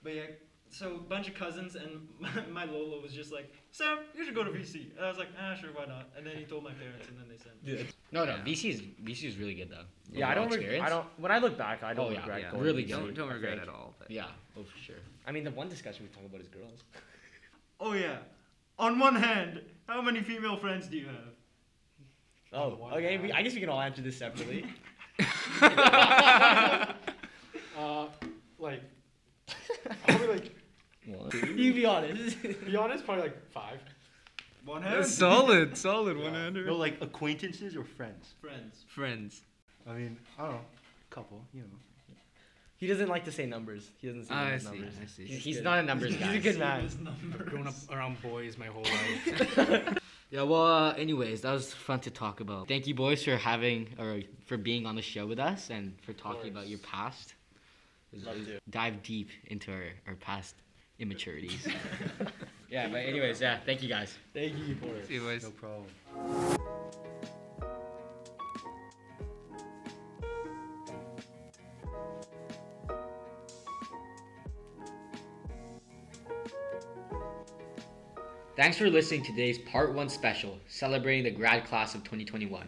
[SPEAKER 4] but yeah. So bunch of cousins and my, my Lola was just like, Sam, you should go to VC. And I was like, ah, sure, why not? And then he told my parents, and then they sent. me.
[SPEAKER 5] No, no,
[SPEAKER 7] Yeah.
[SPEAKER 5] BC is BC is really good though.
[SPEAKER 6] Yeah, I
[SPEAKER 5] Overall
[SPEAKER 6] don't. Re-
[SPEAKER 5] experience.
[SPEAKER 6] I don't. When I look back, I don't
[SPEAKER 5] Oh, yeah,
[SPEAKER 6] regret
[SPEAKER 7] yeah.
[SPEAKER 6] going.
[SPEAKER 5] Really
[SPEAKER 6] to
[SPEAKER 5] good.
[SPEAKER 7] Don't,
[SPEAKER 6] sleep,
[SPEAKER 7] don't
[SPEAKER 6] I
[SPEAKER 7] regret
[SPEAKER 6] think.
[SPEAKER 7] it at all. But
[SPEAKER 5] Yeah, oh for sure.
[SPEAKER 6] I mean, the one discussion we talk about is girls.
[SPEAKER 4] Oh yeah. On one hand, how many female friends do you have?
[SPEAKER 6] Oh,
[SPEAKER 3] one
[SPEAKER 6] okay. We,
[SPEAKER 3] hand.
[SPEAKER 6] I guess we can all answer this separately.
[SPEAKER 3] Uh, like, probably like.
[SPEAKER 6] you be honest.
[SPEAKER 3] Be honest, probably like five.
[SPEAKER 4] One hand.
[SPEAKER 7] That's solid, solid
[SPEAKER 3] Yeah.
[SPEAKER 7] one under.
[SPEAKER 1] No, like acquaintances or friends.
[SPEAKER 4] friends.
[SPEAKER 7] Friends.
[SPEAKER 1] I mean, I don't know, couple. You know.
[SPEAKER 6] he doesn't like to say numbers. He doesn't say
[SPEAKER 7] Ah, I
[SPEAKER 6] those
[SPEAKER 7] see,
[SPEAKER 6] numbers.
[SPEAKER 7] I see.
[SPEAKER 5] He's,
[SPEAKER 6] He's
[SPEAKER 5] he's
[SPEAKER 6] good.
[SPEAKER 5] not a numbers
[SPEAKER 6] He's
[SPEAKER 5] guy.
[SPEAKER 6] a good man.
[SPEAKER 3] I've grown up around boys my whole life.
[SPEAKER 5] Yeah, well, uh, anyways, that was fun to talk about. Thank you, boys, for having or for being on the show with us and for talking about
[SPEAKER 3] course.
[SPEAKER 5] your past. It was-
[SPEAKER 6] Love
[SPEAKER 5] it was-
[SPEAKER 6] to.
[SPEAKER 5] Dive deep into our, our past immaturities. yeah, but anyways, yeah, thank you guys.
[SPEAKER 6] Thank you.
[SPEAKER 7] See you guys.
[SPEAKER 1] No problem.
[SPEAKER 5] Thanks for listening to today's part one special celebrating the grad class of 2021.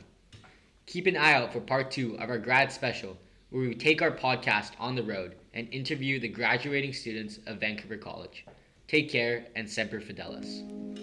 [SPEAKER 5] Keep an eye out for part two of our grad special, where we take our podcast on the road and interview the graduating students of Vancouver College. Take care and Semper Fidelis.